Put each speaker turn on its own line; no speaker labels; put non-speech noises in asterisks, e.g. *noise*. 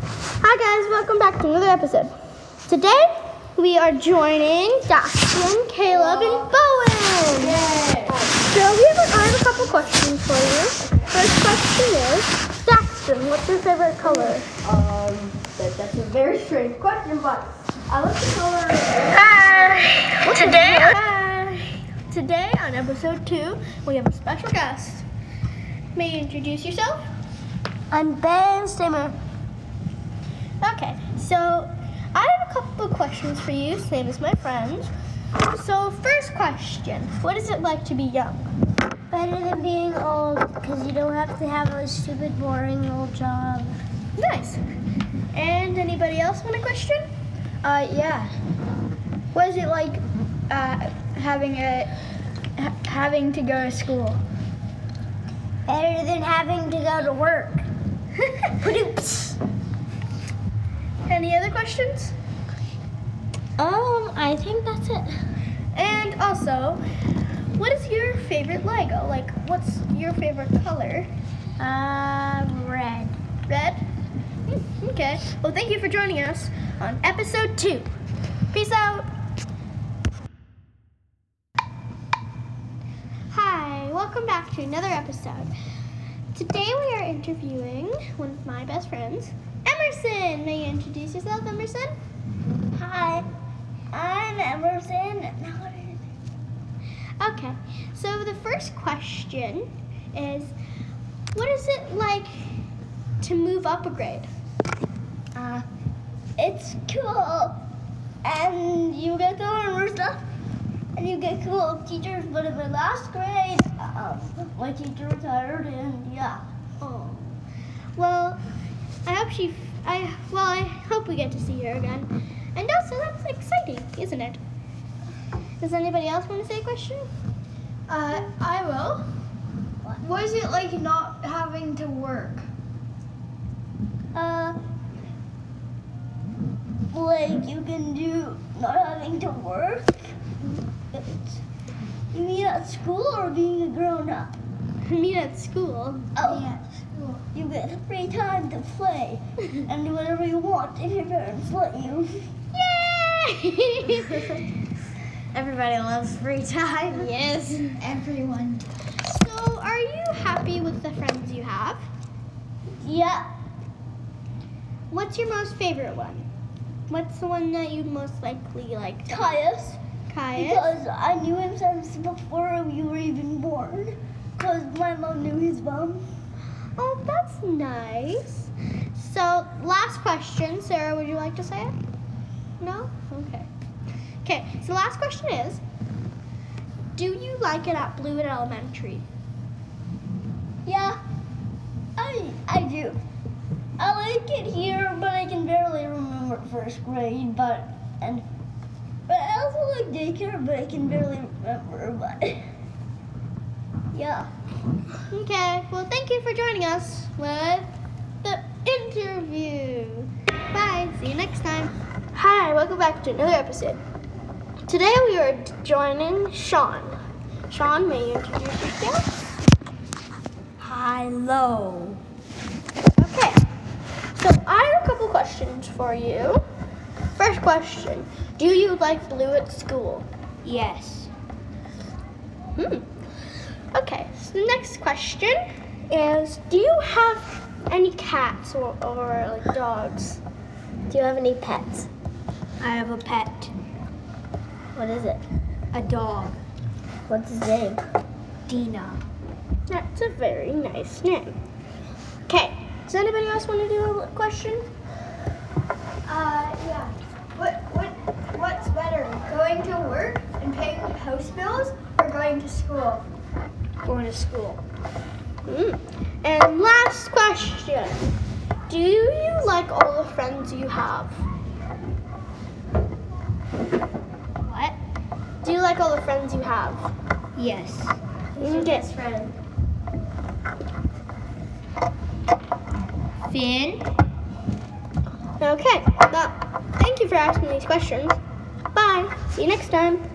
Hi guys, welcome back to another episode. Today we are joining Dachshund, Caleb, and Bowen. So we have, I have a couple questions for you. First question is, Daxton, what's your favorite color?
Um, that, that's a very strange question, but I like the color.
Hi. Today, today on episode two, we have a special guest. May you introduce yourself? I'm Ben Stammer. Okay, so I have a couple of questions for you, same as my friends. So first question, what is it like to be young?
Better than being old, because you don't have to have a stupid, boring old job.
Nice. And anybody else want a question? Uh, yeah. What is it like uh, having a ha- having to go to school?
Better than having to go
*laughs*
to work. Padoops.
Any other questions?
Um, I think that's it.
And also, what is your favorite Lego? Like, what's your favorite color?
Uh, red.
Red? Mm, Okay. Well, thank you for joining us on episode two. Peace out. Hi, welcome back to another episode. Today we are interviewing one of my best friends, Emerson. May you introduce yourself, Emerson?
Hi, I'm Emerson. Now what is
Okay, so the first question is what is it like to move up a grade?
it? Uh, it's cool, and you get to learn more stuff, and you get cool teachers. But in the last grade, uh, my teacher retired, and yeah.
Oh. Well, I hope she. I well, I hope we get to see her again. And also, that's exciting, isn't it? Does anybody else want to say a question? *laughs*
Uh, I will. What is it like not having to work?
Uh, like you can do not having to work. It's, you mean at school or being a grown up?
Meet at school. *laughs*
Oh, you get free time to play and do whatever you want if your parents let you.
Yay!
Everybody loves free time.
*laughs* yes.
Everyone.
So, are you happy with the friends you have?
Yeah,
What's your most favorite one? What's the one that you most likely like?
Caius.
Caius.
Because I knew him since before you were even born. Because my mom knew his mom.
Oh, that's nice. So, last question, Sarah. Would you like to say it? No. Okay. Okay. So, last question is: Do you like it at Blewett Elementary?
Yeah, I, I do. I like it here, but I can barely remember first grade. But and but I also like daycare, but I can barely remember. But *laughs* yeah,
Okay. Well, thank you for joining us with the interview. Bye. See you next time. Hi. Welcome back to another episode. Today we are joining Sean. Sean, may you introduce yourself?
hello.
Okay. So I have a couple questions for you. First question: Do you like blue at school?
Yes.
Hmm. Okay. So the next question is: Do you have any cats or, or like dogs?
Do you have any pets?
I have a pet,
What is it?
a dog,
What's his name?
Dina.
That's a very nice name. Okay. Does anybody else want to do a question?
Uh, yeah. What, what, what's better, going to work and paying house bills, or going to school?
Going to school. Hmm. And last question: Do you like all the friends you have?
What?
Do you like all the friends you have? Mm,
Yes.
Okay.
friend? Finn.
Okay. Well, thank you for asking these questions. Bye. See you next time.